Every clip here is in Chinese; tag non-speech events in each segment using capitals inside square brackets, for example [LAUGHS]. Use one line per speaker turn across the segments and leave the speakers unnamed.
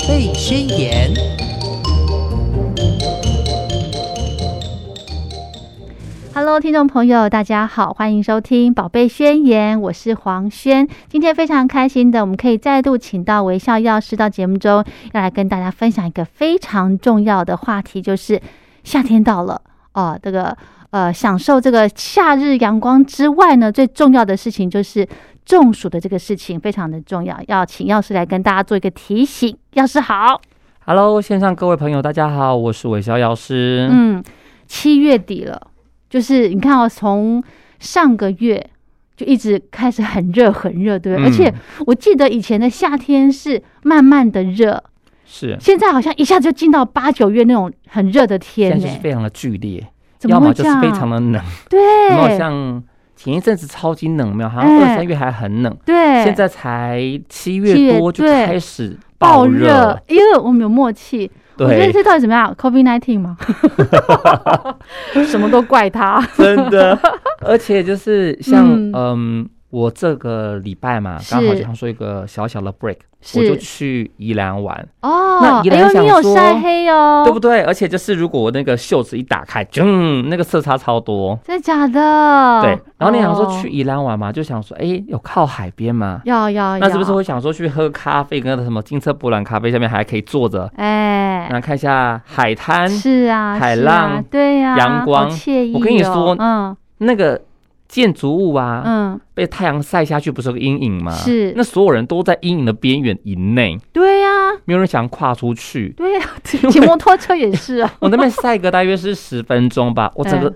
费宣言》。
Hello，听众朋友，大家好，欢迎收听《宝贝宣言》，我是黄轩。今天非常开心的，我们可以再度请到微笑药师到节目中，要来跟大家分享一个非常重要的话题，就是夏天到了哦、这个呃，享受这个夏日阳光之外呢，最重要的事情就是中暑的这个事情非常的重要，要请药师来跟大家做一个提醒。药师好，
Hello，线上各位朋友，大家好，我是韦逍遥师。
嗯，七月底了，就是你看哦，从上个月就一直开始很热很热，对不对？
嗯
而且我记得以前的夏天是慢慢的热，
是，
现在好像一下就进到八九月那种很热的天
现在
呢、
就是非常的剧烈，
怎
要
么
么
会
就
这
是
样？
非常的冷，有没有
对
像前一阵子超级冷，有没有？好像二
哎
三月还很冷，
对，
现在才七
七
月
月
多就
对
开始
爆
爆热。，
因为我们有默契。我觉得
对，
这到底怎么样？COVID nineteen 吗？什么都怪他。
[LAUGHS] 真
[LAUGHS]
的，而且就是像
嗯
嗯，我这个礼拜嘛，
是
刚好想说一个小小的 break，我
是
就去宜兰玩，
哦
那，宜
哎
兰
呦，
想
你有
说
晒黑哦，
对不对？而且就是如果我那个袖子一打开，嗯，那个色差超多。
真的假的？
对，然后你想说去
哦，
宜兰玩嘛，就想说，哎，有靠海边嘛，
要要要，
那是不是会想说去喝咖啡，跟什么金色博兰咖啡下面还可以坐着，
哎
然，后看一下海滩，
是啊，
海
是
浪
啊对呀，
阳
好
光
惬意哦。
我跟你说
嗯
那个建筑物啊，
嗯，
被太阳晒下去不是有个阴影吗？
是
那所有人都在阴影的边缘以内，
对呀，
没有人想跨
[LAUGHS]
出去。
对
[LAUGHS]
呀，骑摩托车也是啊， [LAUGHS]
我那边晒个大约是十分钟吧，我整个
嗯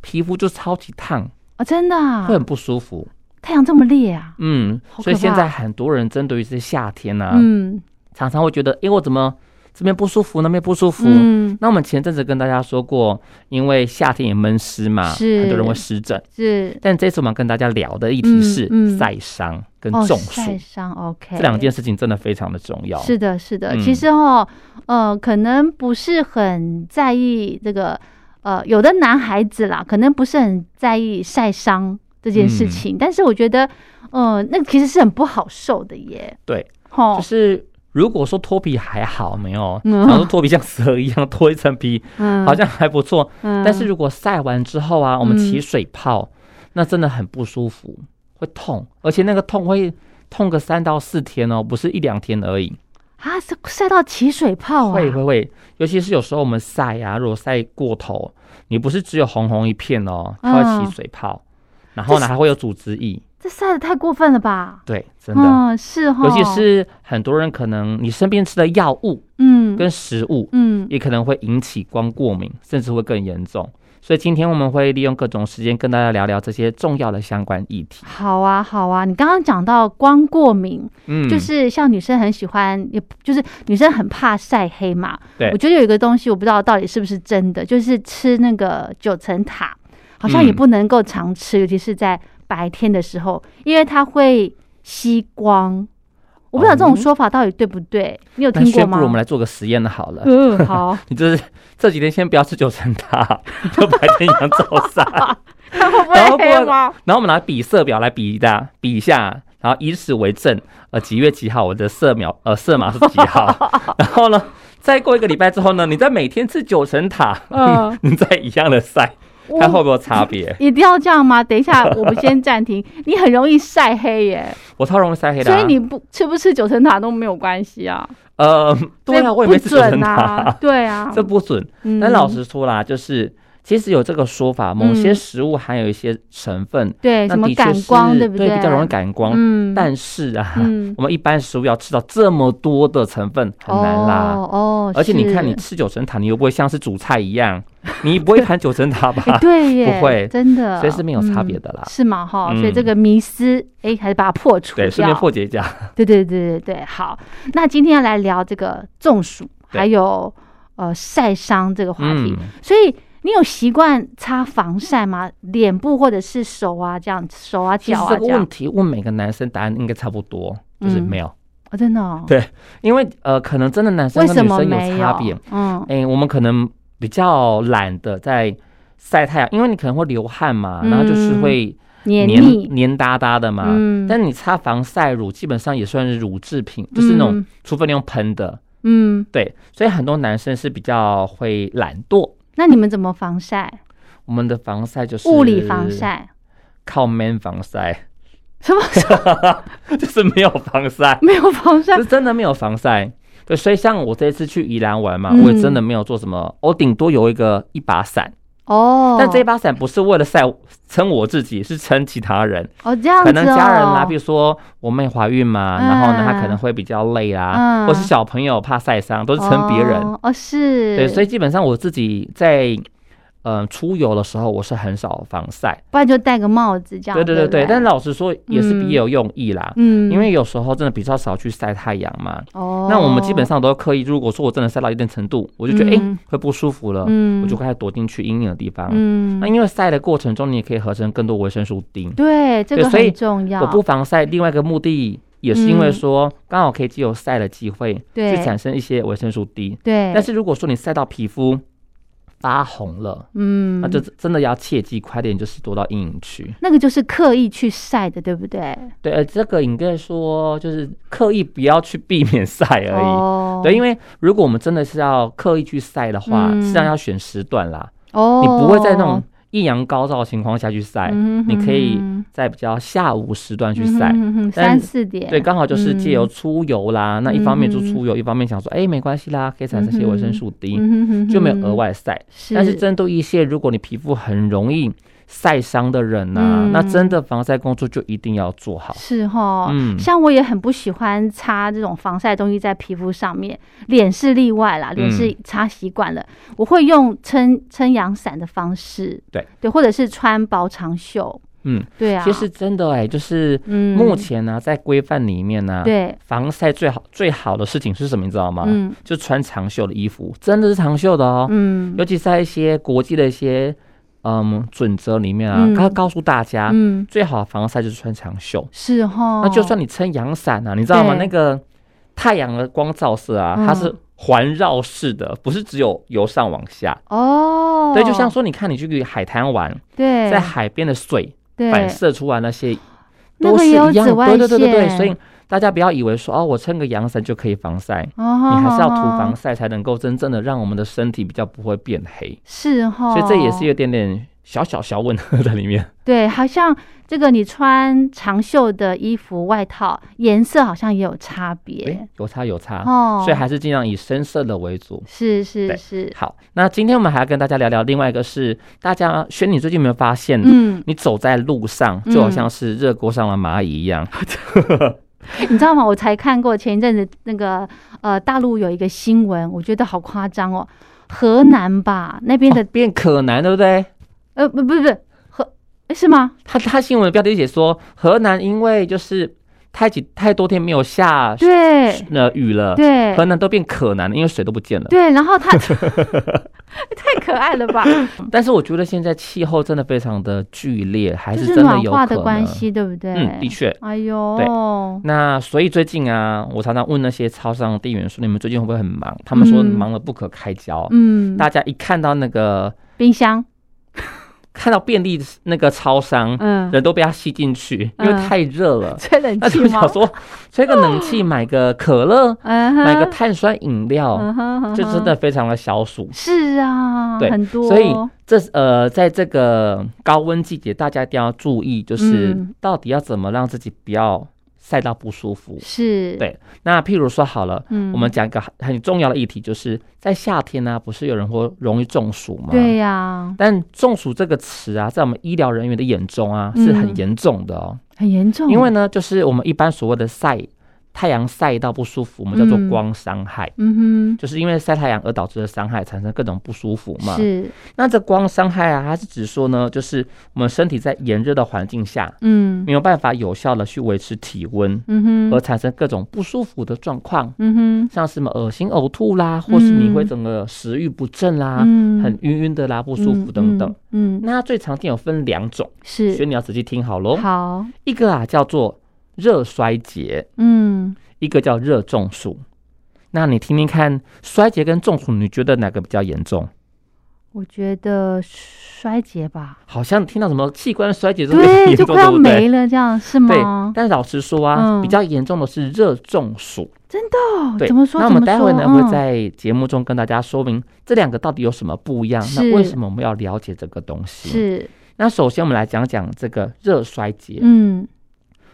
皮肤就超级烫，
哦，真的啊
会，很不舒服。
太阳这么烈啊，
嗯，
好
所以
可
现
怕
在很多人针对于这夏天呢、啊，
嗯
常常会觉得，哎、我怎么这边不舒服，那边不舒服？
嗯，
那我们前阵子跟大家说过，因为夏天也闷湿嘛，
是
很多人会湿疹。
是
但这次我们跟大家聊的议题是
嗯嗯
晒伤跟
哦，
中暑、
晒伤，OK，
这两件事情，真的非常的重要。
是的，是的。
嗯
其实哦，呃，可能不是很在意这个，呃，有的男孩子啦，可能不是很在意晒伤这件事
嗯
情，但是我觉得，呃，那其实是很不好受的耶。
对，
吼，
就是如果说脱皮还好，没有，
哦嗯
然后脱皮像蛇一样脱一层皮，
嗯
好像还不错。
嗯
但是如果晒完之后啊，我们起水泡，那真的很不舒服，会痛，而且那个痛会痛个三到四天哦，不是一两天而已。
啊，晒晒到起水泡啊，
会会会，尤其是有时候我们晒啊，如果晒过头，你不是只有红红一片哦，它会
嗯
起水泡，然后
这
呢还会有组织液，
这晒的太过分了吧？
对，真的。
嗯，是哈，
尤其是很多人可能你身边吃的药物
嗯
跟食物，
嗯
也可能会引起光过敏，甚至会更严重。所以今天我们会利用各种时间跟大家聊聊这些重要的相关议题。
好啊，好啊，你刚刚讲到光过敏，
嗯，
就是像女生很喜欢，也就是女生很怕晒黑嘛。
对
我觉得有一个东西我不知道到底是不是真的，就是吃那个九层塔，好像也
嗯
不能够常吃，尤其是在白天的时候，因为它会吸光。我不知道这种
哦
说法到底对不对，你有
那
听过
宣布我们
吗？
来做个实验好了。
嗯，
[LAUGHS]
好，
你就是这几天先不要吃九层塔， [LAUGHS] 就白天阳照晒。
它会不
然后
会
不然
黑吗？
然后我们拿比色表来比一下，比一下，然后以此为证，呃，几月几号我的色秒呃色码是几
[LAUGHS]
号？然后呢，再过一个礼拜之后呢，你再每天吃九层塔，
嗯
[LAUGHS] 你再一样的晒，
我
看会不会有差别？
一定要这样吗？等一
[LAUGHS]
下，我们先暂停。你很容易晒黑耶，
我超容易晒黑的、
所
啊，
以你不吃不吃九层塔都没有关系啊。
呃，对
所以
啊，我也
不
没吃九层
准
塔，
啊，对啊，
[LAUGHS] 这不准。
嗯
但老实说啦，就是其实有这个说法，某些
嗯
食物含有一些成分，
对
那
什么
的确
感
是
光，不
对？
对？
比较容易感光。
嗯，
但是啊，
嗯
我们一般食物要吃到这么多的成分很难啦。
哦，哦
而且你看，你
是
吃九层塔，你又不会像是煮菜一样， [LAUGHS] 你不会一盘九层塔吧
哎？ [LAUGHS] 对耶，
不会
真的，
所以是没有差
嗯
别的啦
是吗？哈，所以
嗯
这个迷思，哎，还是把它破除掉，
对，顺便破解一下。
对对对对对，好，那今天要来聊这个中暑，
对
还有呃晒伤这个话题，
嗯
所以。你有习惯擦防晒吗？脸部或者是手啊，这样手啊、
其实
脚啊
这
这
个
样
问，题问每个男生答案应该差不多，就是
嗯
没有，
哦、真的、哦，
对因为呃，可能真的男生
为
跟
什
女
么
生
没
有差别。
嗯，
哎、我们可能比较懒得在晒太阳，因为你可能会流汗嘛，
嗯
然后就是会
黏
黏
腻，
黏哒哒的嘛。
嗯
但你擦防晒乳，基本上也算是乳制品，就是那种，
嗯
除非你用喷的，
嗯，
对，所以很多男生是比较会懒惰。
那你们怎么防晒？
我们的防晒就是
物理防，晒？
靠 man 防晒， [LAUGHS]
什么
就是没有防晒，
没有防晒
就？是真的没有防晒。对，所以像我这一次去宜兰玩嘛，我也
嗯
真的没有做什么，我顶多有一个一把伞，
哦，
但这把伞不是为了晒撑我自己，是撑其他人。
哦这样子
可
哦，
能家人啦，比如说我妹怀孕嘛，
嗯
然后呢，她可能会比较累啦，
嗯
或是小朋友怕晒伤，都是撑别人。
哦，哦是，
对，所
以
以基本上我自己在嗯、呃出游的时候，我是很少防晒。
不然就戴个帽子这样。
对对对
对
对，
不
但老实说也是别有用意啦，
嗯，
因为有时候真的比较少去晒太阳嘛。
哦，
那我们基本上都刻意，如果说我真的晒到一定程度，我就觉得哎、
嗯
诶会不舒服了，
嗯，
我就开始躲进去阴影的地方。
嗯
那，因为晒的过程中，你也可以合成更多维生素 D。
对，啊这
对
个
所以
很重要。
我不防晒，另外一个目的也是因为说，刚好可以借由晒的机会，
嗯对
去产生一些维生素 D。
对，
但是如果说你晒到皮肤发红了，
嗯，
那就真的要切记，快点就是躲到阴影区。
那个就是刻意去晒的，对不对？
对，呃，这个应该说就是刻意不要去避免晒而已。
哦，
对，因为如果我们真的是要刻意去晒的话，
嗯
实际上要选时段啦。
哦，
你不会在那种艳阳高照的情况下去晒，
嗯哼哼
你可以在比较下午时段去
嗯
晒。
哼哼
但
三四点，
对，刚好就是借由出游啦，那一方面就出游，一方面想说，哎、没关系啦，可以产生一些维生素 D，、
嗯哼哼哼
就没有额，外晒。
是
但是针对一些如果你皮肤很容易晒伤的人呐、
嗯
那真的防晒工作就一定要做好。
是哈，
嗯
像我也很不喜欢擦这种防晒东西在皮肤上面，脸是例外
嗯
啦，脸是擦习惯了，我会用撑撑阳伞的方式，
对
对，或者是穿薄长袖，
嗯，
对啊，
其实真的哎、就是
嗯，
目前啊呢、在规范里面呢、
对，
防晒最好最好的事情是什么？你知道吗？
嗯
就穿长袖的衣服，真的是长袖的啊哦。
嗯
尤其在一些国际的一些嗯准则里面啊
嗯，
他、告诉大家，
嗯
最好防晒就是穿长袖。
是哈，
啊那就算你撑阳伞啊，你知道吗？
哦对
那个太阳的光照射啊，
嗯
它是环绕式的，不是只有由上往下。
哦，
对，就像说，你看你去海滩玩，
对
在海边的水
对
反射出来那些
那
都
个
是
也
一
有
样，
紫外
对
线，
对对对对，所以。大家不要以为说哦，我撑个阳伞就可以防晒，
哦
你还是要涂防晒才能够真正的让我们的身体比较不会变黑。
是哈，
所以这也是有点点小小小吻合在里面。
对，好像这个你穿长袖的衣服外套颜色好像也有差别
诶有差有差，
哦，
所以还是尽量以深色的为主。
是是
对
是，
好，那今天我们还要跟大家聊聊另外一个是，大家轩，你最近有没有发现，
嗯，
你走在路上就好像是热锅上的蚂蚁一
[LAUGHS]
样？
你知道吗？我才看过前一阵子那个呃大陆有一个新闻，我觉得好夸张哦，河南吧那边的、
哦变可南，对不对？
呃不不不河诶是吗？
他他新闻的标题写说，河南因为就是太几太多天没有下
对
呃雨了，
对
河南都变可南了，因为水都不见了。
对，然后
[LAUGHS]
他太可爱了吧？
但是我觉得现在气候真的非常的剧烈，还
就是是
真的
暖
有
化
可
的
能。
关系，对不对？
嗯，的确。
哎呦，
那所以最近啊，我常常问那些超商的店员说，你们最近会不会很忙？他们说
嗯
忙得不可开交。
嗯，
大家一看到那个
冰箱，
看到便利那个超商，
嗯，
人都被它吸进去，因为
嗯
太热
[LAUGHS]
了。
吹冷
那
气
就
吗
想？说，吹个冷气，买个可乐，
嗯哼，
买个碳酸饮料，
嗯哼，嗯
就真
哼
的非常的消暑。
是啊，
对
很多，
所以这呃，在这个高温季节，大家一定要注意，就是
嗯
到底要怎么让自己不要晒到不舒服。
是，
对那譬如说好了，
嗯
我们讲一个很很重要的议题，就是在夏天呢、不是有人会容易中暑吗？
对呀，
但中暑这个词啊，在我们医疗人员的眼中啊，
嗯
是很严重的哦。
很严重，
因为呢，就是我们一般所谓的晒太阳晒到不舒服，我们叫做
嗯
光伤害，
嗯
就是因为晒太阳而导致的伤害，产生各种不舒服嘛
哼，。是，
那这光伤害啊，它是指说呢，就是我们身体在炎热的环境下，
嗯
没有办法有效的去维持体温，
嗯
而
哼，
产生各种不舒服的状况。
嗯
像是什么恶心、呕吐啦，或是你会整个食欲不振啦
哼，，嗯，
很晕晕的啦，不舒服等等。
嗯，嗯，嗯
那它最常见有分两种，所以
是，
你要仔细听好喽。
好，
一个啊叫做热衰竭，
嗯，
一个叫热中暑。那你听听看，衰竭跟中暑，你觉得哪个比较严重？
我觉得衰竭吧，
好像听到什么器官衰竭这么
对，
严
就
重，
快要
对不
没
对？
了，这样是
对
吗，？
但是老实说啊，
嗯
比较严重的是热中暑。
真的哦、
对，
怎么说？
那我们待会呢
怎么说嗯
会在节目中跟大家说明这两个到底有什么不一样，
是
那为什么我们要了解这个东
嗯、
西？
是，
那首先我们来讲讲这个热衰竭。
嗯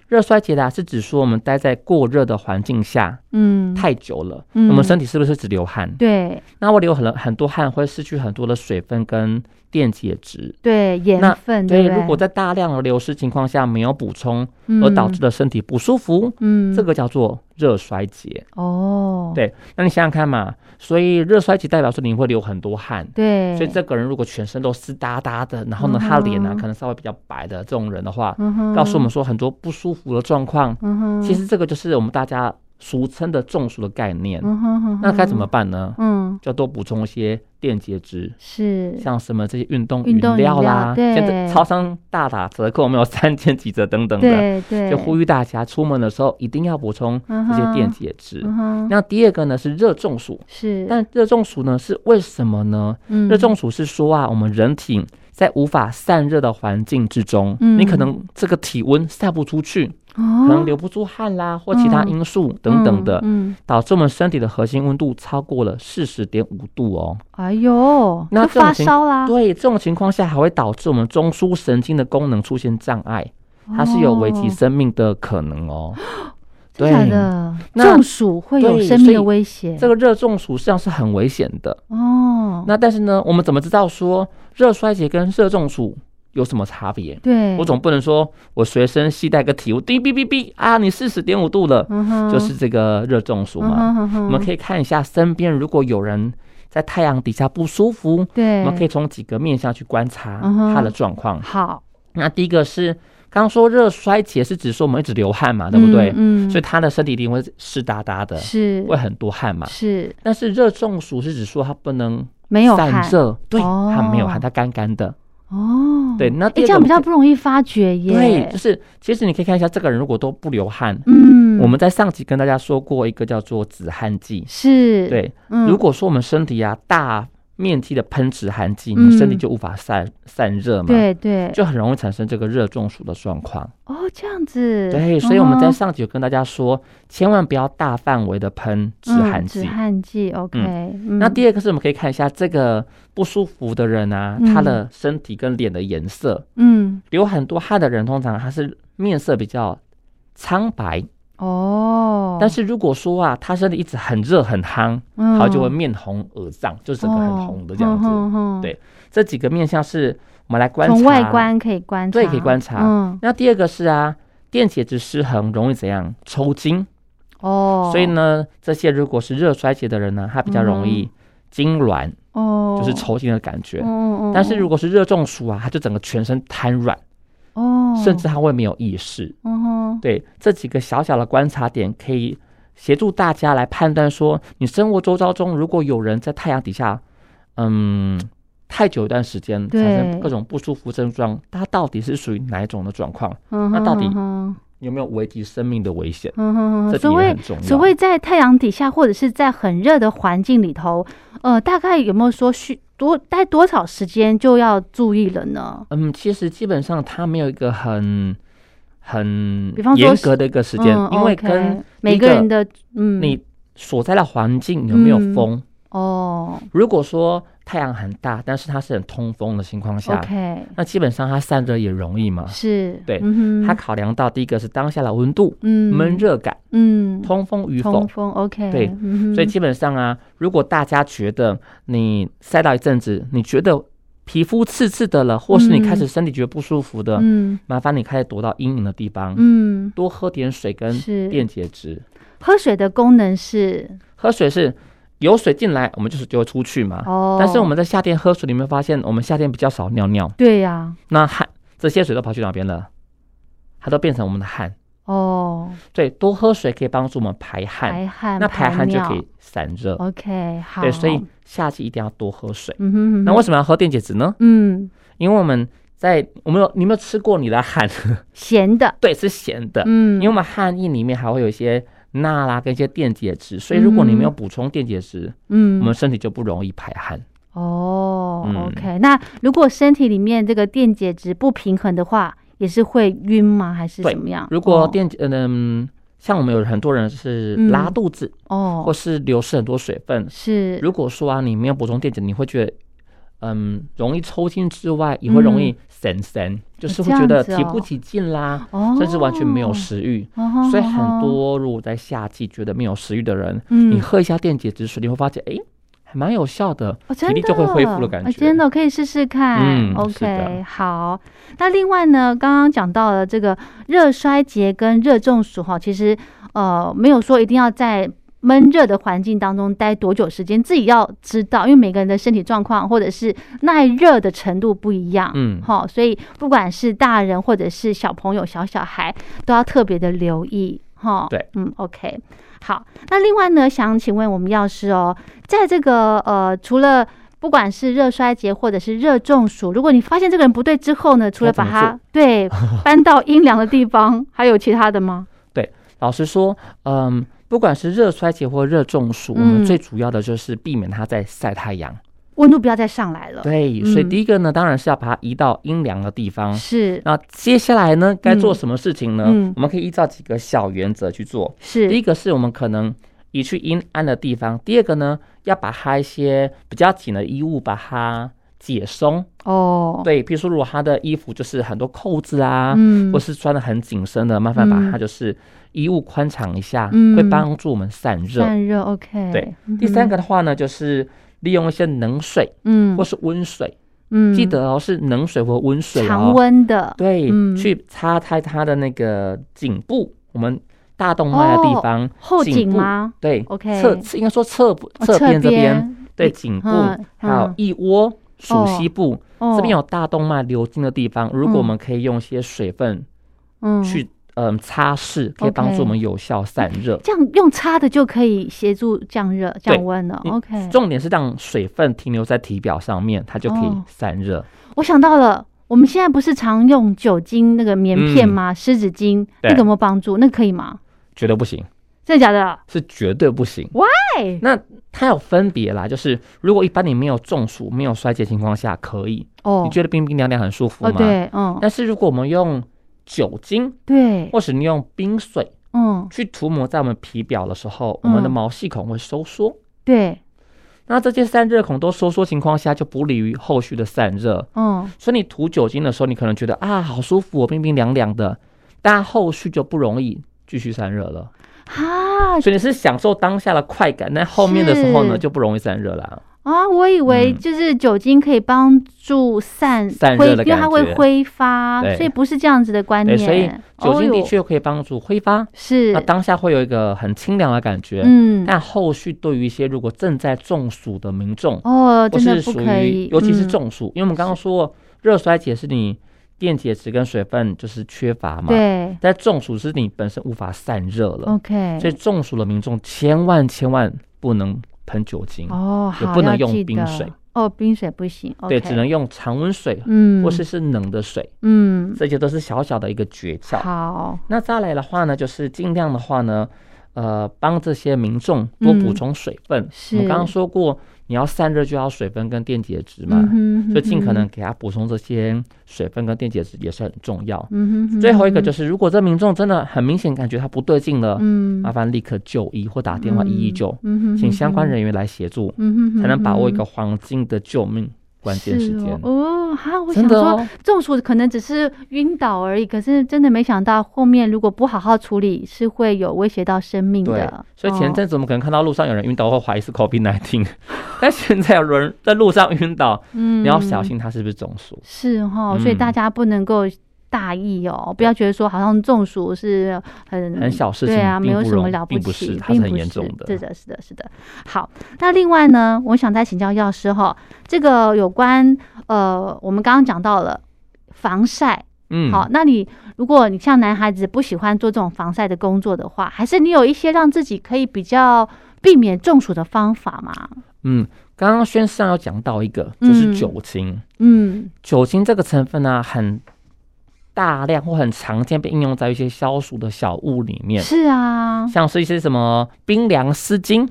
热衰竭啊，是指说我们待在过热的环境下
嗯，
太久了，
嗯
我们身体是不是只流汗？
对
那我流很很多汗会失去很多的水分跟电解质。
对
那
盐分，
所以，
嗯对不对
如果在大量的流失情况下没有补充，
嗯
而导致的身体不舒服，
嗯
这个叫做热衰竭。
哦，
对那你想想看嘛，所以热衰竭代表说你会流很多汗，
对，
所以这个人如果全身都湿哒哒的，然后呢，
嗯哼
他脸啊呢、可能稍微比较白的这种人的话，
嗯哼
告诉我们，说很多不舒服的状况，
嗯哼，
其实这个就是我们大家俗称的中暑的概念。
嗯哼，嗯哼
那该怎么？办呢？
嗯，
就多补充一些电解质，
是，
像什么这些运动
运
饮
动饮
料
料
啦，
对
现在超商大打折扣，我们有三千几折等等的，
对对，
就呼吁大家出门的时候一定要补充这些电解质。
嗯哼，
那第二个呢是热中暑，
是，
但热中暑呢是为什么呢？
嗯
热中暑是说啊，我们人体在无法散热的环境之中，
嗯
你可能这个体温散不出去，可能
哦
流不出汗啦，或其他因素等等的，
嗯，嗯
导致我们身体的核心温度超过了四十点五度哦。
哎呦，
那
就
这种
发
情
烧啦，
对，这种情况下还会导致我们中枢神经的功能出现障碍，它是有危及
哦
生命的可能哦。
[GASPS] 真假的
那
中暑会有
对
生命的
所以
威胁
这个热中暑实际上是很危险的。
哦。
那但是呢，我们怎么知道说热衰竭跟热中暑有什么差别？
对，
我总不能说我随身携带个体温，滴哔哔哔啊，你四十点五度了，
嗯哼
就是这个热中暑嘛。
嗯哼
我们
以
可以看一下身边，如果有人在太阳底下不舒服，
对，
我们可以从几个面向去观察
嗯哼
他的状况。
好，
那第一个是刚刚说热衰竭是指说我们一直流汗嘛，对不对？
嗯，嗯
所以他的身体一定会湿哒哒的，
是
会很多汗嘛。
是
但是热中暑是指说他不能
没有
散
汗
热，对，
哦
他没有汗，他干干的。
哦，
对，那
哎，
第
这
二个
样
我
比
们
较不容易发觉耶。
对，就是其实你可以看一下，这个人如果都不流汗，
嗯，
我们在上集跟大家说过一个叫做止汗剂。
是，
对，
嗯，
如果说我们身体啊大面积的喷止汗剂，
嗯
你身体就无法散散热嘛，
对对，
就很容易产生这个热中暑的状况。
哦这样子，
对，所以我们
嗯
在
哼
上集有跟大家说，千万不要大范围的喷止
嗯
汗
止
剂。
汗剂，OK，嗯
那第二个是我们可以看一下这个不舒服的人啊，
嗯
他的身体跟脸的颜色，
嗯
流很多汗的人通常他是面色比较苍白，
哦，
但是如果说啊，他身体一直很热很夯，
嗯
他就会面红耳胀，就整个很红的这样子。
哦嗯哼哼
对这几个面相是我们来观察，
从外。观可以观察，
对可以观察
嗯
那第二个是啊，电解质失衡容易怎样抽筋？
哦，
所以呢，这些如果是热衰竭的人呢，他比较容易痉挛，
嗯哦，
就是抽筋的感觉。
嗯，嗯嗯，
但是如果是热中暑啊，他就整个全身瘫软，
哦，
甚至他会没有意识。
嗯哼，
对这几个小小的观察点，可以协助大家来判断说，你生活周遭中如果有人在太阳底下，嗯，太久一段时间
对
产生各种不舒服症状，他到底是属于哪一种的状况？
嗯哼
那到底
嗯哼
有没有危及生命的危险？
嗯哼哼，
这点
所
也
谓
很重要。
所谓在太阳底下或者是在很热的环境里头，呃，大概有没有说需多待多少时间就要注意了呢？
嗯，其实基本上它没有一个很很
比方说
严
是
格的一个时间，
嗯
因为
OK，
跟
每
一
个
个
人的嗯，
你所在的环境有没有
嗯
风。
哦
如果说太阳很大，但是它是很通风的情况下
，OK，
那基本上它散热也容易嘛。
是，
对
嗯
它
哼，
考量到第一个是当下的温度、
嗯，
闷，热感、
嗯，
通风与
通
否。
风，OK，
对
嗯哼，
所以基本上啊，如果大家觉得你晒到一阵子，你觉得皮肤刺刺的了，或是你
嗯
开始身体觉得不舒服的，
嗯
麻烦你开始躲到阴影的地方，
嗯，
多喝点水跟
是
电解质。
喝水的功能是
喝水是有水进来，我们就是就会出去嘛。
哦，
啊但是我们在夏天喝水，你有没有发现我们夏天比较少尿尿？
对呀，
那汗这些水都跑去哪边了？它都变成我们的汗。
哦，
对，多喝水可以帮助我们排汗，
排汗，
那排汗就可
尿
以散热。
OK，好，
对，所以夏季一定要多喝水。
嗯哼嗯哼，
那为什么要喝电解质呢？
嗯
因为我们在我们有你有没有吃过你的汗？ [LAUGHS]
咸的，
对，是咸的，
嗯
呃因为我们汗液里面还会有一些钠啦跟一些电解质，所以如果你没有补充电解质，
嗯
我们身体就不容易排汗。
哦
嗯
OK，那如果身体里面这个电解质不平衡的话，也是会晕吗？还是
对
怎么样？
如果电解嗯，像我们有很多人是
嗯
拉肚子，
哦
或
哦
是流失很多水分。
是
如果说啊，你没有补充电解，你会觉得。嗯，容易抽筋之外，也会容易神神，就是会觉得
嗯哦这样
提
子哦
不起劲啦，
哦，
甚至完全没有食欲。
哦吼
所以
吼
很
吼
多如果在夏季觉得没有食欲的人，你
嗯，
喝一下电解质水，你会发现，哎、还蛮有效的。
哦
体力就会恢复的感觉
哎真的可以试试看。
嗯是
OK，
的
好。那另外呢，刚刚讲到了这个热衰竭跟热中暑哈，其实呃没有说一定要在。闷热的环境当中待多久时间，自己要知道，因为每个人的身体状况或者是耐热的程度不一样，
嗯
好，所以不管是大人或者是小朋友、小小孩，都要特别的留意，哈，
对，
嗯，OK，好。那另外呢，想请问我们药师哦，在这个呃，除了不管是热衰竭或者是热中暑，如果你发现这个人不对之后呢，除了
该
把
怎么
他对搬到阴凉的地方，还有其他的吗？
老实说，嗯，不管是热衰竭或热中暑，
嗯
我们最主要的就是避免它在晒太阳。
温度不要再上来了，
对，
嗯
所以第一个呢，当然是要把它移到阴凉的地方。
是
那接下来呢，该做什么事情呢？
嗯
我们可以依照几个小原则去做。第一
是，
个是我们可能移去阴暗的地方；第二个呢，要把它一些比较紧的衣物把它解松。
哦，
对，譬如说，如果他的衣服就是很多扣子啊，
嗯
或是穿的很紧身的，麻烦把
嗯
它就是衣物宽敞一下，
嗯
会帮助我们散热。
散热，OK，
对
嗯哼，
第三个的话呢，就是利用一些冷水
嗯，
或是温水，
嗯
记得哦，是冷水或温水哦，
常温的，
对，
嗯
去擦擦它的那个颈部，我们大动脉的地方，
后
颈
颈
部
吗？
对
哦 OK
侧侧应该说侧部
哦
侧边这边，
边，
对颈部，
嗯
还有
嗯
腋窝、属膝部。
哦
这边有大动脉流经的地方，如果我
嗯
们可以用一些水分
嗯
去嗯、擦拭，可以帮
OK
助我们有效散热。
这样用擦的就可以协助降热、降温了。
嗯
OK，
重点是让水分停留在体表上面，它就可以
哦
散热。
我想到了，我们现在不是常用酒精那个棉片吗？湿纸巾那
嗯对
个有没有帮助？那可以吗？
绝对不行，
真的假的？
是绝对不行。
哎，
那它有分别啦，就是如果一般你没有中暑、没有衰竭情况下可以，
哦
你，觉得冰冰凉凉很舒服
哦，
吗？。
对，嗯，
但是如果我们用酒精，
对，
或是你用冰水
嗯，
去涂抹在我们皮表的时候，我们的
嗯
毛细孔会收缩。
对，
那这些散热孔都收缩情况下，就不利于后续的散热。
嗯，
所以你涂酒精的时候，你可能觉得啊，好舒服、哦，冰冰凉凉的，但后续就不容易继续散热了。
哈
所以你是享受当下的快感，但后面的时候呢，
是
就不容易散热啦。
啊，我以为
嗯
就是酒精可以帮助散
散
挥，
热
因
的
为它
感
会
觉
挥发，
对
所以不是这样子的观
对，
念。
所以酒精
哦
的
哟
确可以帮助挥发，那
是，
当下会有一个很清凉的感觉。
嗯，
但后续对于一些如果正在中暑的民众，
哦，
或
真的
是
不
属
可以
于，尤其是
嗯
中暑，因为我们刚刚说热衰竭是你电解质跟水分就是缺乏嘛，
对
但中暑是你本身无法散热了，
，OK，
所以中暑的民众千万千万不能喷酒精，
哦，
也
好，
不能
要
用
记
冰
得
水
哦，冰水不行。
对，
OK
只能用常温水、
嗯，
或是是冷的水，
嗯，
这些都是小小的一个诀窍。
好，
那再来的话呢，就是尽量的话呢，呃，帮这些民众多
嗯
补充水分。
是
我们刚刚说过，你要散热就要水分跟电解质嘛，
嗯哼，
所以尽可能
嗯
给它补充这些水分跟电解质也是很重要。
哼，嗯哼，，
最后一个就是是，如果这民众真的很明显感觉他不对劲了，
嗯，
麻烦立刻就医或打电话一一九，
嗯哼，
请相关
嗯
人员来协助，
哼，嗯哼，
才能把握一
嗯
个黄金的救命关键时间
是。哦，哦哈，我
真
想
的
说
哦，
中暑可能只是晕倒而已，可是真的没想到后面如果不好好处理，是会有威胁到生命
对
的。，
所以前
哦
阵子我们可能看到路上有人晕倒或怀疑是 COVID 19，但 [LAUGHS] 现在有人 [LAUGHS] 在路上晕倒，
嗯，
你要小心他是不是中暑。
是哈，所以大
嗯
家不能够大意哦，不要觉得说好像中暑是很
很小事情
对啊，没
并
有
不
什么
容
了不
并不
起，
是
并
它是很严重
的。是
的
的，是的，是的。好，那另外呢，我想再请教药师哈，这个有关呃，我们刚刚讲到了防晒，
嗯，
好，那你如果你像男孩子不喜欢做这种防晒的工作的话，还是你有一些让自己可以比较避免中暑的方法吗？
嗯，刚刚宣誓上有讲到一个，就是
嗯
酒精。
嗯，
酒精这个成分呢、很大量或很常见被应用在一些消暑的小物里面，
是啊，
像是一些什么冰凉丝巾，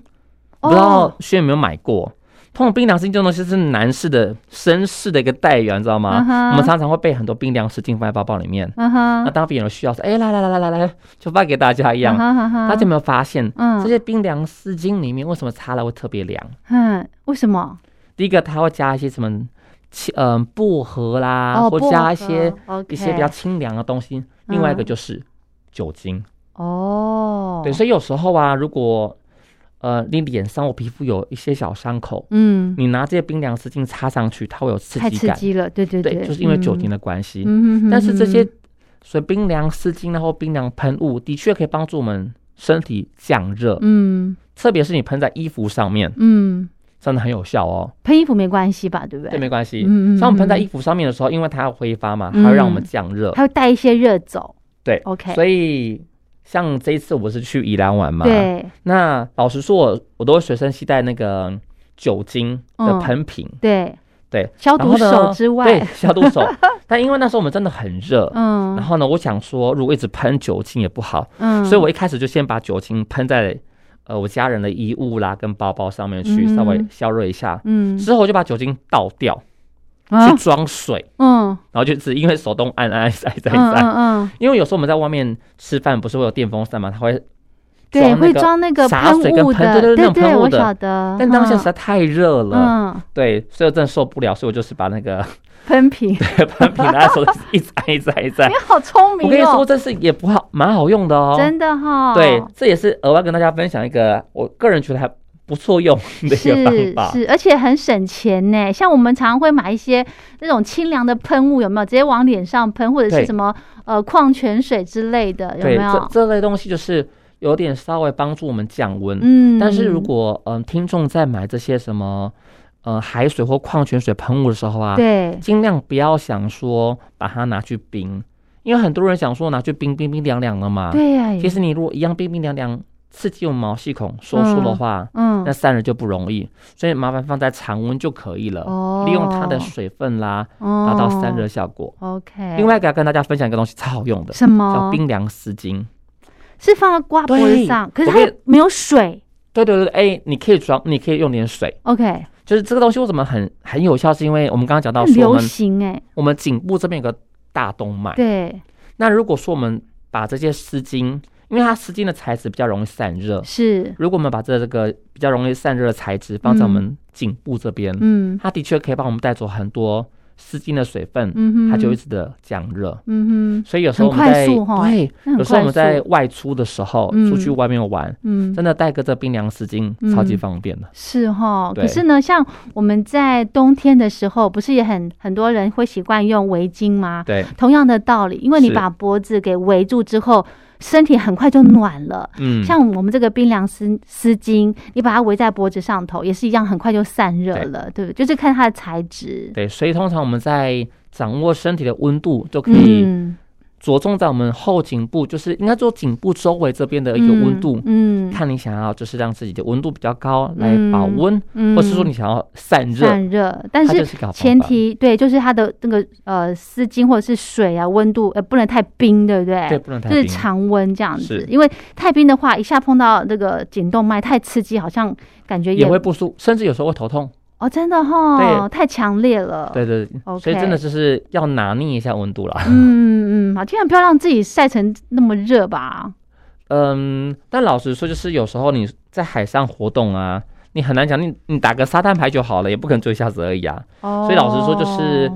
不知道
哦，
轩有没有买过？通常冰凉湿巾这种东西是男士的绅士的一个代言，你知道吗
嗯哼
我们常常会备很多冰凉湿巾放在包包里面。
嗯哼
那，当别人有需要说，哎、来来来来来来，就发给大家一样。
嗯哼
大家有没有发现，
嗯
这些冰凉丝巾里面为什么擦了会特别凉？
嗯，为什么？
第一个，它会加一些什么清，嗯、薄荷啦，
哦，
啊或
薄
加一
荷
些一些比较
OK
清凉的东西。另外一个
嗯
就是酒精。
哦，
对，所以有时候啊，如果呃你脸上或皮肤有一些小伤口，
嗯，
你拿这些冰凉丝巾擦上去，它会有刺
太
激
刺
感。
激了，对对
对，就是因为酒精
的。
的关系。
嗯哼
但是这些
哼
所以冰凉丝巾然后冰凉喷雾的确可以帮助我们身体降热，
嗯
特别是你喷在衣服上面，
嗯，
真的很有效哦。
喷衣服没关系吧？对不对？
对，没关系。
嗯嗯
像我们喷在
嗯
衣服上面的时候，因为它要挥发嘛，
嗯
它会让我们降热。
还有带一些热走。
对
，OK，
所以像这一次我不是去宜兰玩嘛，
对
那老实说我我都会随身携带那个酒精的喷瓶，
对
对，
消毒
然后
手
呢
之外，
对，消毒
[LAUGHS]
手。但因为那时候我们真的很热，
嗯
然后呢，我想说如果一直喷酒精也不好，
嗯，
所以我一开始就先把酒精喷在呃我家人的衣物啦跟包包上面去，
嗯
稍微消热一下。
嗯
之后我就把酒精倒掉，
啊
去装水，
嗯
然后就是因为手动按按按塞塞
嗯
塞，
嗯嗯，
因为有时候我们在外面吃饭不是会有电风扇嘛，它会装
对，
那
会
个
装那个
洒
喷
水跟
雾
喷
的，
对对对那
对
种喷雾
我
的
晓得。
但当下
嗯
实在太热了，
嗯，
对，所以我真的受不了，所以我就是把那个
喷瓶，
喷瓶拿在手上一直按，一直按，一直按
你。好聪
我
明
跟你说，
哦，
这是也不好，蛮好用的哦。
真的哈、
对，这也是额外跟大家分享一个我个人觉得还不错用的一个
是
方法。
是，而且很省钱呢。像我们常会买一些那种清凉的喷雾，有没有？直接往脸上喷，或者是
对
什么呃矿泉水之类的，有
对，
没
这
有？
这类东西就是有点稍微帮助我们降温。
嗯，
但是如果嗯、听众在买这些什么呃海水或矿泉水喷雾的时候啊，
对，
尽量不要想说把它拿去冰，因为很多人想说拿去冰冰冰凉凉的嘛。
对呀，
啊其实你如果一样冰冰凉凉，刺激我们毛细孔收缩的话，
嗯
那，散热就不容易，所以麻烦放在常温就可以了。
哦
利用它的水分啦，达
达
到散热。效果。
哦 OK，
另外一个要跟大家分享一个东西，超好用的，
什
叫
么？
冰凉丝巾。
是放在刮脖子
对
上，可是
我
它
跟
又没有水。
对对对，哎、你可以装，你可以用点水。
OK，
就是这个东西为什么很很有效，是因为我们刚刚讲到
很
说，我
流
们
行哎，
我们颈部这边有个大动脉。
对，
那如果说我们把这些丝巾，因为它丝巾的材质比较容易散热，
是，
如果我们把这这个比较容易散热的材质放在我们颈部这边，
嗯
它的确可以帮我们带走很多丝巾的水分，
嗯哼，
它就一直的降热。
嗯哼，
所以有时候我
很
们
快
在
速齁
对，
那很
有时候我
快
们在
速
外出的时候，
嗯
出去外面玩，
嗯
真的带个这冰凉丝巾
嗯
超级方便的。
是哈，可
对
是呢，像我们在冬天的时候，不是也很很多人会习惯用围巾吗？
对，
同样的道理，因为你
是
把脖子给围住之后，身体很快就暖了。
嗯，
像我们这个冰凉丝丝巾，你把它围在脖子上头，也是一样，很快就散热了，对不对？就是看它的材质。
对，所以通常我们在掌握身体的温度，就可
嗯
以着重在我们后颈部，就是应该说颈部周围这边的一个温度。
嗯，
看你想要就是让自己的温度比较高来保
嗯
温，
嗯
或是说你想要散热，
散热，但
它
是
就是一个好方
前
法
提对，就是它的那个呃丝巾或者是水啊，温度呃不能太冰，对不对？
对，不能太
就是
冰。
常温这样子
是，
因为太冰的话，一下碰到这个颈动脉太刺激，好像感觉
也会不舒服，甚至有时候会头痛。
哦，真的哈，
对
太强烈了。
对对对
哦 OK
所以真的就是要拿捏一下温度啦。
嗯，嗯嗯，好，尽量不要让自己晒成那么热吧。
嗯，但老实说，就是有时候你在海上活动啊，你很难讲，你你打个沙滩排就好了，也不可能就一下子而已啊，
哦，
所以老实说就是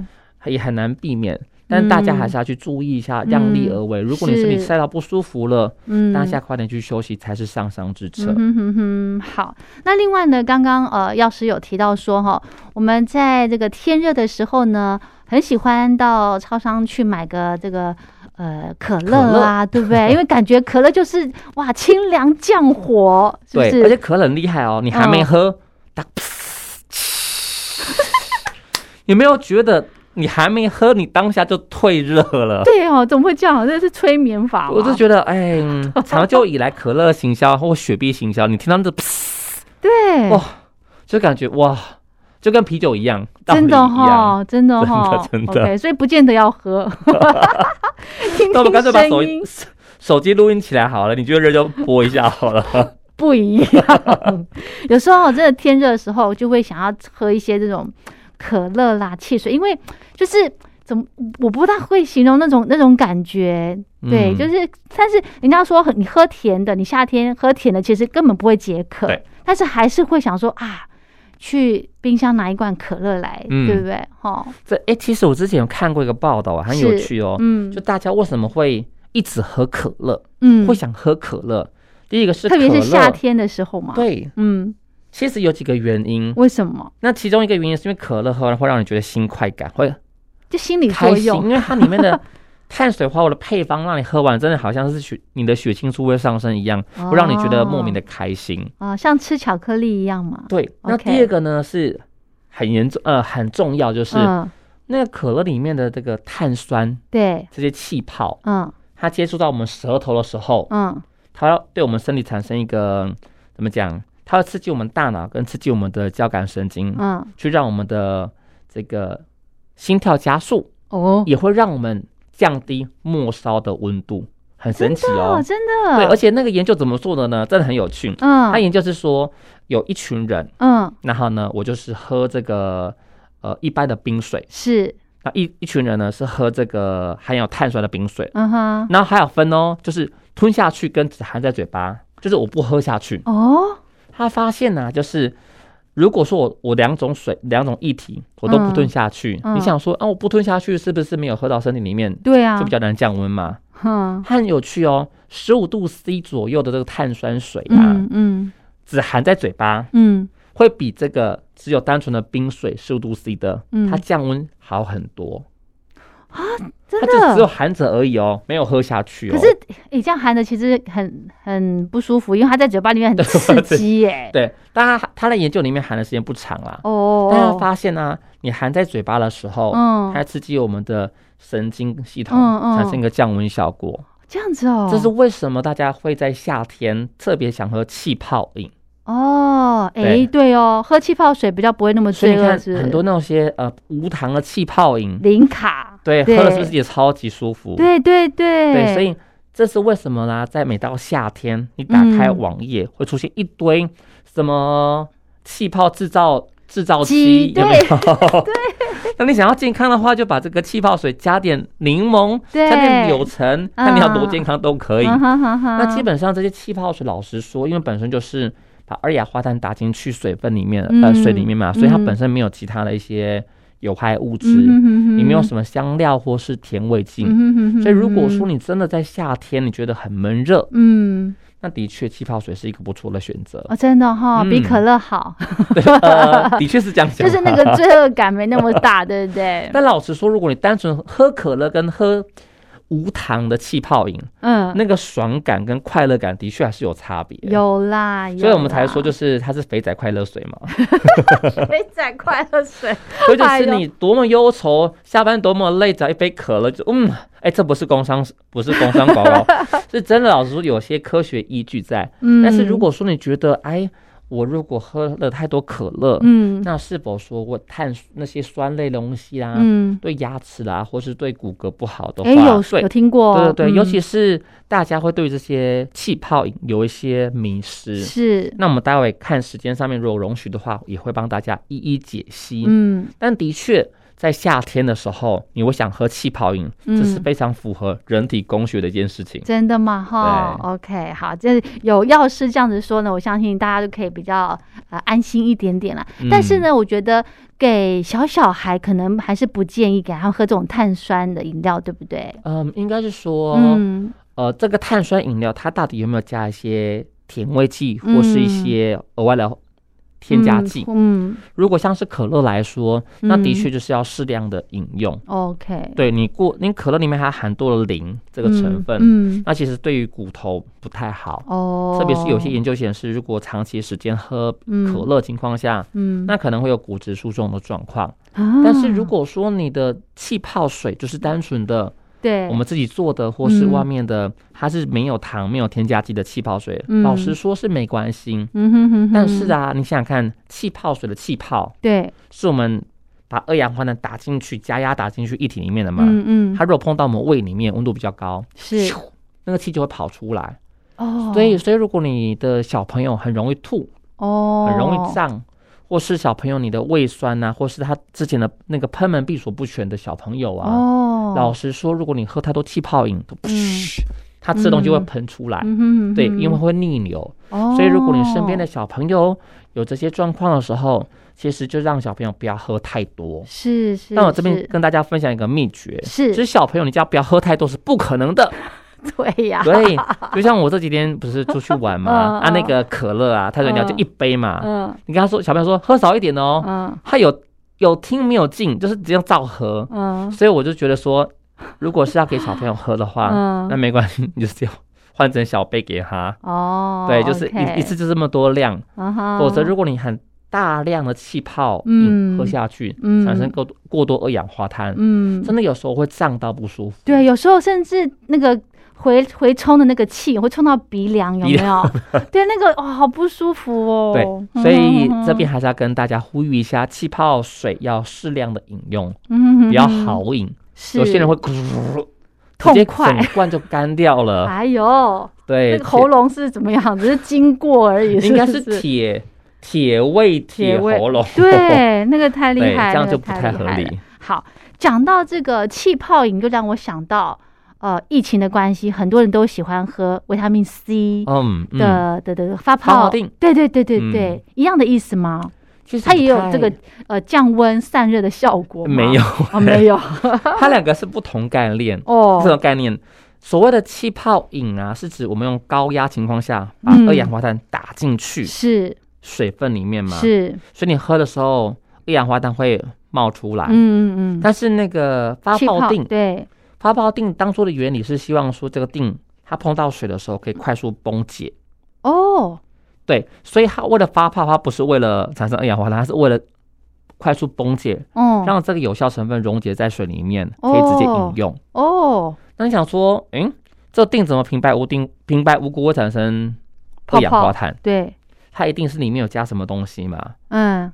也很难避免。但大家还是要去注意一下，量力而为。如果你身体
嗯是
晒到不舒服了，
嗯，
当下快点去休息才是上上之策。
嗯哼哼哼，好。那另外呢，刚刚呃，药师有提到说哈，我们在这个天热的时候呢，很喜欢到超商去买个这个。呃，可乐啊，对不
[LAUGHS]
对？因为感觉可乐就是哇，清凉降火，是不
对，
是？
而且可乐很厉害哦，你还没
嗯
喝，打有没有觉得你还没喝，你当下就退热了？
对哦，怎么会这样？这是催眠法吗？
我就觉得，哎，嗯长久以来可乐行销或雪碧行销，你听到这
对，
哇就感觉哇，就跟啤酒一样，道理
真
一
的哦
样。
哈，真的哈，
[LAUGHS] 真的真的
OK，所以不见得要
[LAUGHS]
喝。 [LAUGHS] 听
那我们干脆
听
把
声
手
音，
手手机录音起来好了，你觉得热就播一下好了。
不一样。 [LAUGHS] 有时候真的天热的时候，就会想要喝一些这种可乐啦、汽水，因为就是怎么我不大会形容那种那种感觉。对，
嗯
就是但是人家说很你喝甜的，你夏天喝甜的其实根本不会解渴
对，
但是还是会想说啊。去冰箱拿一罐可乐来，
嗯
对不对？哦，
这哎、其实我之前有看过一个报道啊，很有
是
趣哦。
嗯
就大家为什么会一直喝可乐，
嗯
会，想喝可乐？第一个是
特别
可
是
乐
夏，天的时候嘛，，
对，
嗯，
其实有几个原因。
为什么？
那其中一个原因是因为可乐喝了会让你觉得新快感，会
就心理
开
作
心，
用，
因为它里面的碳水化合物的配方让你喝完真的好像是血你的血清素会上升一样，会让你觉得莫名的开心。
啊、像吃巧克力一样嘛。
对，那
OK
第二个呢是很严重呃很重要，就是、
嗯，
那个可乐里面的这个碳酸
对，
这些气泡，
嗯
它接触到我们舌头的时候，
嗯，
它要对我们身体产生一个怎么讲？它要刺激我们大脑，跟刺激我们的交感神经，
嗯，
去让我们的这个心跳加速，
哦，
也会让我们降低末梢的温度，很神奇哦
哦，。真的，
对，而且那个研究怎么做的呢？真的很有趣。
嗯，
他研究是说，有一群人，
嗯，
然后呢，我就是喝这个呃一般的冰水，
是，
那一一群人呢是喝这个含有碳酸的冰水，
嗯哼，
[LAUGHS] 然后还有分哦，就是吞下去跟只含在嘴巴，就是我不喝下去。
哦，
他发现呢、就是如果说我我两种水两种液体我都不
嗯
吞下去，
嗯
你想说啊我不吞下去是不是没有喝到身体里面，
对啊
就比，较难降温嘛？
哼，
它很有趣哦，十五度 C 左右的这个碳酸水啊，
嗯嗯
只含在嘴巴
嗯，
会比这个只有单纯的冰水十五度 C 的，
嗯
它降温好很多。
真
它就只
的。
有含着而已哦，没有喝下去哦。
可是，诶，这样含的其实很很不舒服，因为它在嘴巴里
[LAUGHS]
面很刺激耶。
对，当然它它的研究里面含的时间不长啦，
哦，
但它发现呢、你含在嘴巴的时候，
嗯
它刺激我们的神经系统，
嗯嗯
产生一个降温效果。
这样子哦，
这是为什么大家会在夏天特别想喝气泡饮。
嗯哦，诶，
对
对哦，喝气泡水比较不会那么
所以
罪
你
恶，
看
是不是
很多那些呃无糖的气泡饮，
零卡，
对，
对
喝了是不是也超级舒服？
对对对，
对，所以这是为什么啦？在每到夏天，你打开
嗯
网页、会出现一堆什么气泡制造制造
机
机，有没有？对。 [LAUGHS] 那你想要健康的话，就把这个气泡水加点柠檬，
对
加点柳橙，看你要多
嗯
健康都可以。
嗯哼哼哼
那基本上这些气泡水，老实说，因为本身就是把二氧化碳打进去水分里面，呃，
嗯
水里面嘛，所以它
嗯
本身没有其他的一些有害物质，
嗯哼哼哼
也没有什么香料或是甜味剂。
嗯哼哼哼
所以，如果说你真的在夏天你觉得很闷热，
嗯
那的确气泡水是一个不错的选
[LAUGHS]
择。
哦，真的哈、
嗯
比可乐
[LAUGHS]
好，
呃，的确是这样想。
就是那个。罪恶感没那么大，对不对？
[LAUGHS] 但老实说，如果你单纯喝可乐跟喝无糖的气泡饮，
嗯，
那个爽感跟快乐感的确还是有差别。。
有啦，
所以我们才说，就是是它是肥仔快乐水嘛，
肥仔快乐水，
所以就
哎
是
呦
你多么忧愁，下班多么累，只要一杯可乐就嗯，哎，这不是工商，不是工商
[LAUGHS]
广告，是真的。老实说，有些科学依据在，
[LAUGHS] 嗯，
但是如果说你觉得，哎，我如果喝了太多可乐，
嗯
那是否说我碳那些酸类东西啦、
嗯，
对牙齿啦，或是对骨骼不好的话，
哎、有
对
有听过，
对对对，
嗯
尤其是大家会对这些气泡饮有一些迷失。
是
那我们待会看时间上面，如果容许的话，也会帮大家一一解析。
嗯
但的确，在夏天的时候，你会想喝气泡饮，这是
嗯
非常符合人体工学的一件事情。
真的吗？哈，OK，好，这有药师这样子说呢，我相信大家就可以比较呃安心一点点啦。
嗯
但是呢，我觉得给小小孩可能还是不建议给他们喝这种碳酸的饮料，对不对？
嗯，应该是说，
嗯
呃，这个碳酸饮料它到底有没有加一些甜味剂或是一些额外的添加剂？
嗯
如果像是可乐来说，那的确就是要适量的饮用。
嗯，OK，
对你过，你可乐里面还含多了磷这
这
个成分，
嗯，嗯
那其实对于骨头不太好。
哦，
特别是有些研究显示，如果长期时间喝可乐情况下，
嗯，
那可能会有骨质疏松的状况。
啊
但是如果说你的气泡水就是单纯的
对
我们自己做的或是
嗯
外面的，它是没有糖、没有添加剂的气泡水，
嗯
老实说是没关系。
嗯哼哼哼，
但是啊，你想想看，气泡水的气泡
对，
是我们把二氧化碳打进去、加压打进去液体里面的嘛，
嗯嗯，
它如果碰到我们胃里面温度比较高，
是
那个气就会跑出来。
哦，
所以，所以如果你的小朋友很容易吐，
哦，
很容易胀，或是小朋友你的胃酸啊呐、或是他之前的那个喷门闭锁不全的小朋友啊，
哦，
老实说，如果你喝太多气泡饮，噗他吃的东西会喷出来，
嗯哼，
对，因为会逆流。
哦，
所以如果你身边的小朋友有这些状况的时候，其实就让小朋友不要喝太多。
是是，
那我这边
是
跟大家分享一个秘诀，
是
其实小朋友你叫他不要喝太多是不可能
[LAUGHS]
的。
对呀，
对，就像我这几天不是出去玩嘛，
嗯
[LAUGHS] 啊那个可乐啊，泰水鸟就一杯嘛，
嗯
你跟他说小朋友说喝少一点哦，
嗯
[LAUGHS] 他有有听没有进，就是只有照喝。
嗯
所以我就觉得说，如果是要给小朋友喝的话，那
嗯，
没关系，你就是要换成小杯给他。
哦，嗯
对，就是一一次就这么多量，否
否
则如果你很大量的气泡
嗯
饮喝下去，
嗯
产生过多过多二氧化碳，
嗯，
真的有时候会胀到不舒服。
对，有时候甚至那个回回冲的那个气会冲到鼻梁，有没
鼻
有？ [LAUGHS] 对，那个哦，好不舒服哦。
对
嗯，
所以
哼
这边，还是要跟大家呼吁一下，气泡水要适量的饮用，
嗯哼
不要
哼
好饮。
是
有些人会咕直
痛
接
快
整罐就干
[LAUGHS]
掉了。
哎呦，
对，
那个喉咙是怎么样？ [LAUGHS] 只是经过而已，
[LAUGHS] 应该
是
是
不是
铁铁胃铁
胃
喉咙， [LAUGHS]
对，那个太厉
对，
害，
这样
那个
就不
太
太
厉
合
害了
理。
好，讲到这个气泡饮，就让我想到，呃，疫情的关系，很多人都喜欢喝维他命 C
嗯嗯，
的的的发
泡
泡，
定
对对对对
嗯
对，一样的意思吗？
其实
它也
不
有
太
这
[LAUGHS]
个 [LAUGHS] 呃降温散热的效果吗
没有，
哦，没
[LAUGHS]
有
它两个是不同概念，这
哦，
种概念。所谓的气泡饮啊，是指我们用高压情况下把
嗯
二氧化碳打进去
是
水分里面嘛，
是，
所以你喝的时候二氧化碳会冒出来。
嗯嗯嗯，
但是那个哎发
气
泡定，
对，
发泡定当初的原理是希望说这个定它碰到水的时候可以快速崩解，
哦，
对，所以它为了发泡，它不是为了产生二氧化碳，它是为了快速崩解，
哦
让这个有效成分溶解在水里面，可以直接饮用。
哦，
那你想说，嗯，这定怎么平白无定平白无故会产生二氧化碳？
对，
它一定是里面有加什么东西嘛？
嗯，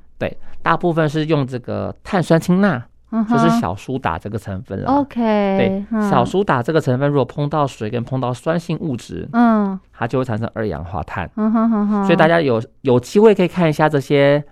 大部分是用这个碳酸氢钠，
嗯
就是
哼哦
小苏打这个成分了。
OK，嗯
对
对，
小苏打这个成分如果碰到水跟碰到酸性物质，
嗯
它就会产生二氧化碳。
嗯哼哼哼，
所以大
家
家有有机会可以看一下这些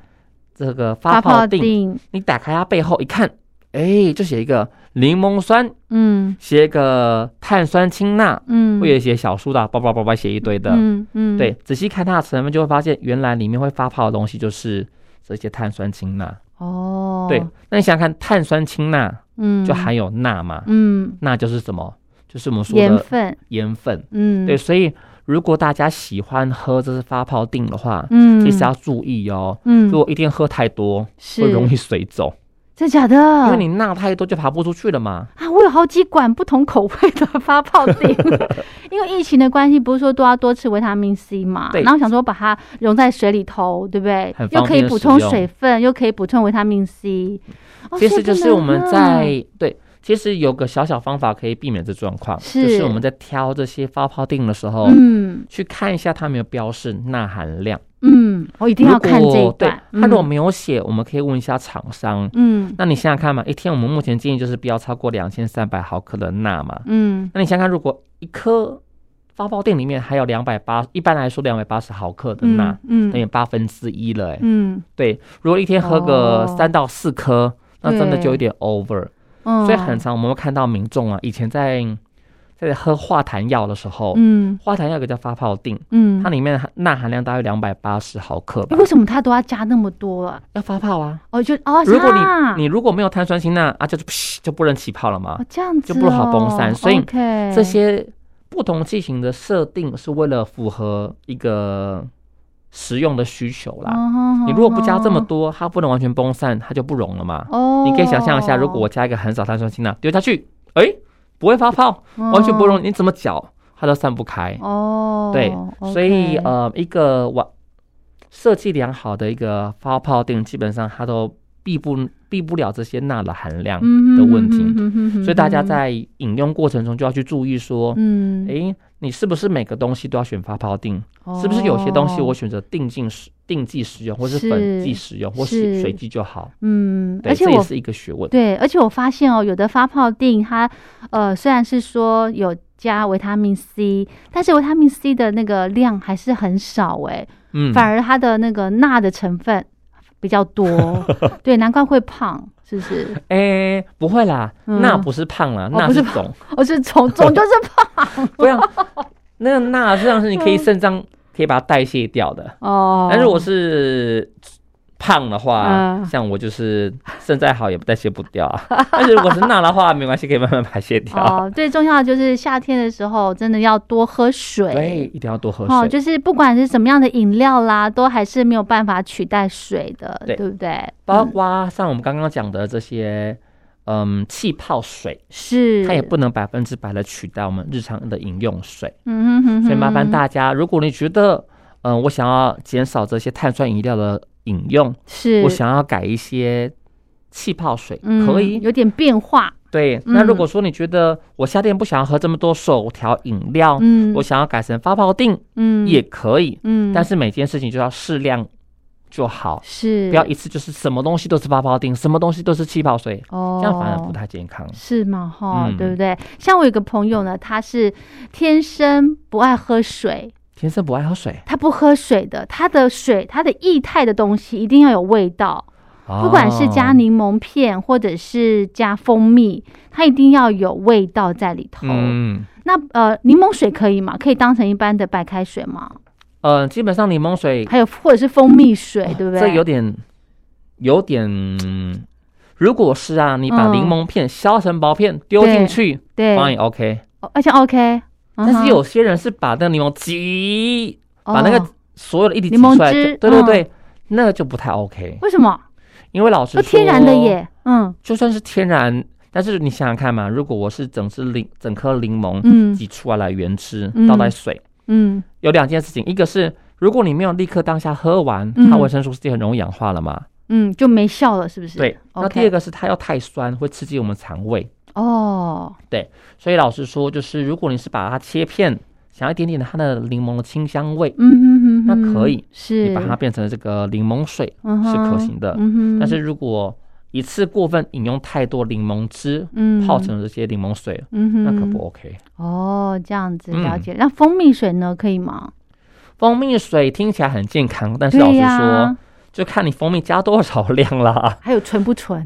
这个发泡
泡
定，
定，
你打开它背后一看，哎，就写一个柠檬酸，
嗯
写一个碳酸氢钠，
嗯，
或者写小苏打，叭叭叭叭写一堆的。
嗯嗯，
对，，仔细看它的成分，就会发现原来里面会发泡的东西就是这些碳酸氢钠。
哦，
对，，那你想想看，碳酸氢钠
嗯，
就含有钠嘛，
嗯
钠就是什么？就是我们说
盐
的
分，
盐分。
嗯，
对，，所以如果大家喜欢喝这是发泡定的话，
嗯，
其实要注意哦。
嗯
如果一天喝太多，
是嗯
会容易水肿，
真假的，
因为你钠太多就爬不出去了嘛。
啊，我有好几管不同口味的发泡
[LAUGHS]
定，因为疫情的关系，不是说都要多吃维他命 C 嘛？
对
然后想说把它溶在水里头，对不对
很？
又
方
可以
便
补
使
充
用
水分，又可以补充维他命 C。哦
其
所以
实就
真
是
的
我们
呢
在对，其实有个小小方法可以避免这状况，
是
就是我们在挑这些发泡定的时候，
嗯
去看一下它有没有标示钠含量。
嗯，我一定要看这
如
一
果对
段。
它如果
嗯
没有写，我们可以问一下厂商。
嗯
那你想想看嘛，一天我们目前建议就是不要超过两千三百毫克的钠嘛。
嗯
那你想想看，如果一颗发泡定里面还有两百八，一般来说两百八十毫克的钠，
嗯
等于八分之一了、欸。
嗯
对，如果一天喝个
哦
三到四颗，那真的
对
就有点 over。
嗯，
所以很常我们会看到民众啊，以前在在喝化痰药的时候，
嗯
化痰药有个叫发泡定，
嗯
它。里面的钠含量大约两百八十毫克吧
诶，为什么它都要加那么多啊？
[LAUGHS] 要发泡啊。
哦，就哦，
如果
啊
你你如果没有碳酸氢钠啊，就是噗就不能起泡了嘛
哦。这样子
啊就不好崩散
哦
所以
OK
这些不同剂型的设定是为了符合一个食用的需求啦。
嗯
你如果不加这么
哼
多，它不能完全崩散，它就不溶了嘛。
哦，
你可以想象一下，如果我加一个很少碳酸氢钠丢下去，哎，不会发泡，
嗯
完全不溶，你怎么搅它都散不开。
哦，
对，所以
OK
呃，一个完设计良好的一个发泡定，基本上它都避不避不了这些钠的含量。
嗯
的问题
哼哼哼哼
所以大家
哼
在饮用过程中就要去注意说，
嗯，
诶，你是不是每个东西都要选发泡定？是不是有些东西我
哦
选择定剂使定剂使用，或是
是
粉剂使用，或
是
是水剂就好？
嗯，
对，
而且
这也
我
是一个学问。
对，而且我发现哦，有的发泡定它呃虽然是说有加维他命 C，但是维他命 C 的那个量还是很少哎、
嗯，
反而它的那个钠的成分比较
[LAUGHS]
多，对，难怪会胖，是不是？
哎、不会啦，
嗯
钠、不是胖啦，
哦
钠、
不是
是
胖 [LAUGHS]
肿，
我是从总就是胖
不要，那个钠实际上是你可以
嗯
肾脏可以把它代谢掉的，
哦。
但如果是胖的话，
嗯
像我就是肾再好也代谢不掉啊。但是如果是钠的话，没关系，可以慢慢排泄掉。
哦，最重要的就是夏天的时候，真的要多喝水。
对，一定要多喝水。
哦，就是不管是什么样的饮料啦，都还是没有办法取代水的，对
对
不对？
包
嗯
括像我们刚刚讲的这些，嗯，气泡水，
是，
它也不能百分之百的取代我们日常的饮用水。
嗯哼哼哼，
所以麻烦大家，如果你觉得，嗯，我想要减少这些碳酸饮料的饮用，
是，
我想要改一些气泡水，
嗯
可以。
有点变化，
对，那如
嗯
果说你觉得我夏天不想要喝这么多手调饮料，
嗯，
哦我想要改成发泡定
嗯
也可以，
嗯，
但是每件事情就要适量就好，
是
不要一次就是什么东西都是发泡定，什么东西都是气泡水，
哦，
这样反而不太健康。
是嘛哈，
嗯
对不对？像我有个朋友呢，他是天生不爱喝水，
天生不爱喝水，
他不喝水的，他的水，他的液态的东西一定要有味道，不管是加
哦，
柠檬片或者是加蜂蜜，它一定要有味道在里头。
嗯
那呃，柠檬水可以吗？可以当成一般的白开水吗？
呃，基本上柠檬水
还有或者是蜂蜜水，对不对？
这有点有点。嗯如果是啊，你把
嗯
柠檬片削成薄片丢进
对
去，
对，
当然也 OK。
哦而且 OK，嗯哼、
但是有些人是把那个柠檬挤
哦
把那个所有的液体挤
柠檬
出来，
汁
对对
嗯
对，那个就不太 OK。
为什么？
因为老师
都天然的，耶，嗯
就算是天然，但是你想想看嘛，如果我是整只柠整颗柠檬
嗯
挤出来了原汁
嗯
倒在水，
嗯，
有两件事情，一个是如果你没有立刻当下喝完，
嗯
它维生素 C 很容易氧化了嘛，
嗯，就没效了，是不是？
对。那
OK
第二个是它又太酸，会刺激我们肠胃，
哦，
所以老师说，就是如果你是把它切片，想要一点点的它的柠檬的清香味，
嗯哼哼哼，
那可以
是
你把它变成这个柠檬水，
嗯哼
是可行的
嗯哼，
但是如果一次过分饮用太多柠檬汁，
嗯
泡成这些柠檬水，
嗯哼
那可不 OK。
哦，这样子
嗯
了解。那蜂蜜水呢，可以吗？
蜂蜜水听起来很健康，但是老
对
实
呀，。
说，就看你蜂蜜加多少量啦
[LAUGHS] 还有纯不纯？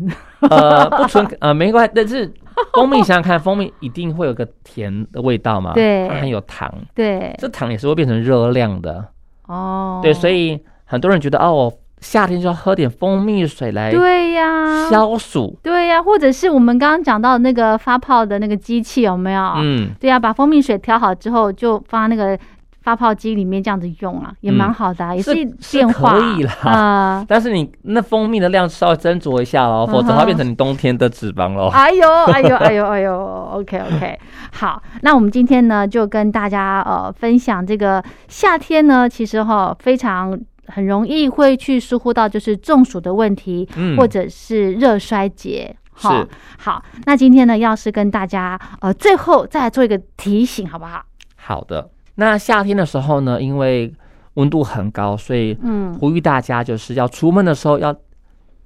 呃，不纯呃没关系，但是蜂蜜想想看，蜂蜜一定会有个甜的味道嘛，
对
它含有糖，
对，
哎这糖也是会变成热量的，
哦，
对，所以很多人觉得哦，我夏天就要喝点蜂蜜水来
对啊呀，
消暑，
对呀，或者是我们刚刚讲到的那个发泡的那个机器有没有？
嗯，
对呀，把蜂蜜水调好之后，就放那个发泡机里面这样子用啊，也蛮好的啊，也
嗯是是
变化
可以啦
啊。
但是你那蜂蜜的量稍微斟酌一下哦，
嗯哼
否则它变成你冬天的脂肪喽。
哎
[LAUGHS]
呦，哎呦，哎呦，哎呦，OK OK，好，那我们今天呢就跟大家呃分享这个夏天呢，其实哈非常很容易会去疏忽到就是中暑的问题，
嗯
或者是热衰竭。
是
哈好，那今天呢，要是跟大家呃最后再来做一个提醒，好不好？
好的，那夏天的时候呢，因为温度很高，所以
嗯，
呼吁大家就是要出门的时候要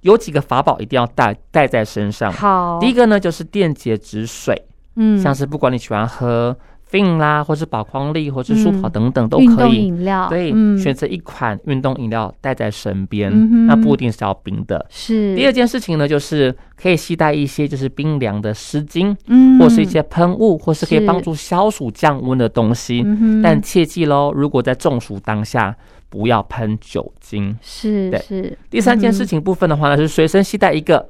有几个法宝一定要带带在身上。
好，
第一个呢就是电解质水，
嗯，
像是不管你喜欢喝 Fin 啦，或是宝矿力，或是舒跑
嗯
等等都
运
可
动
以。
饮料，
对，
嗯，
选择一款运动饮料带在身边，
嗯哼
那不一定是要冰的。
是
第二件事情呢，就是可以携带一些就是冰凉的湿巾，
嗯，
或是一些喷雾，或是可
是
以帮助消暑降温的东西。
嗯哼，
但切记喽，如果在中暑当下，不要喷酒精。
是
对
是
第三件事情部分的话呢，是随身携带一个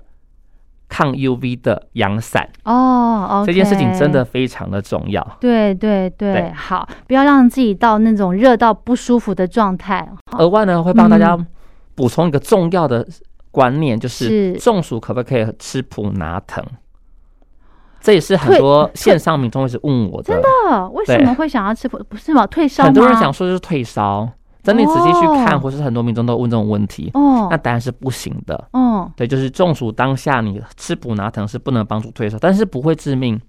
抗 UV 的阳伞，
哦，
这件事情
OK
真的非常的重要。
对对对，
对
好，不要让自己到那种热到不舒服的状态。
额外呢，会帮大
嗯
家补充一个重要的观念，就是
是
中暑可不可以吃普拿疼？这也是很
退
多
退
线上民众一直问我的，
哦，为什么会想要吃普？不是吗？退烧吗？
很多人想说就是退烧，等你仔细去看，
哦
或是很多民众都问这种问题，那
哦
答案是不行的。
哦，
对，就是中暑当下你吃补拿疼是不能帮助退烧，但是不会致命，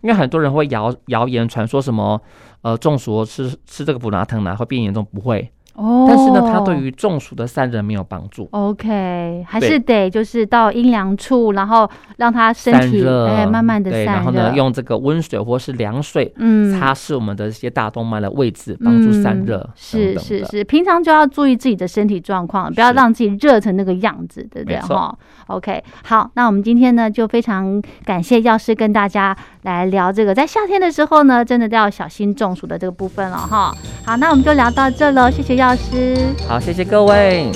因为很多人会谣谣言传说什么，呃，中暑吃吃这个补拿疼呢、会变严重，不会，
哦，
但是呢，它对于中暑的散热没有帮助。
OK，还是得就是到阴凉处，然后让它身
散
体
热，
哎慢慢的
对，
散热，
然后呢，用这个温水或是凉水
嗯
擦拭我们的一些大动脉的位置，帮助散热
嗯。
等
是
等
是
的，
是，平常就要注意自己的身体状况，不要
是
让自己热成那个样子，对不对？
没错
哈，OK，好，那我们今天呢就非常感谢药师跟大家来聊这个，在夏天的时候呢，真的都要小心中暑的这个部分了哈。好，那我们就聊到这喽，谢谢药师。
好，谢谢各位。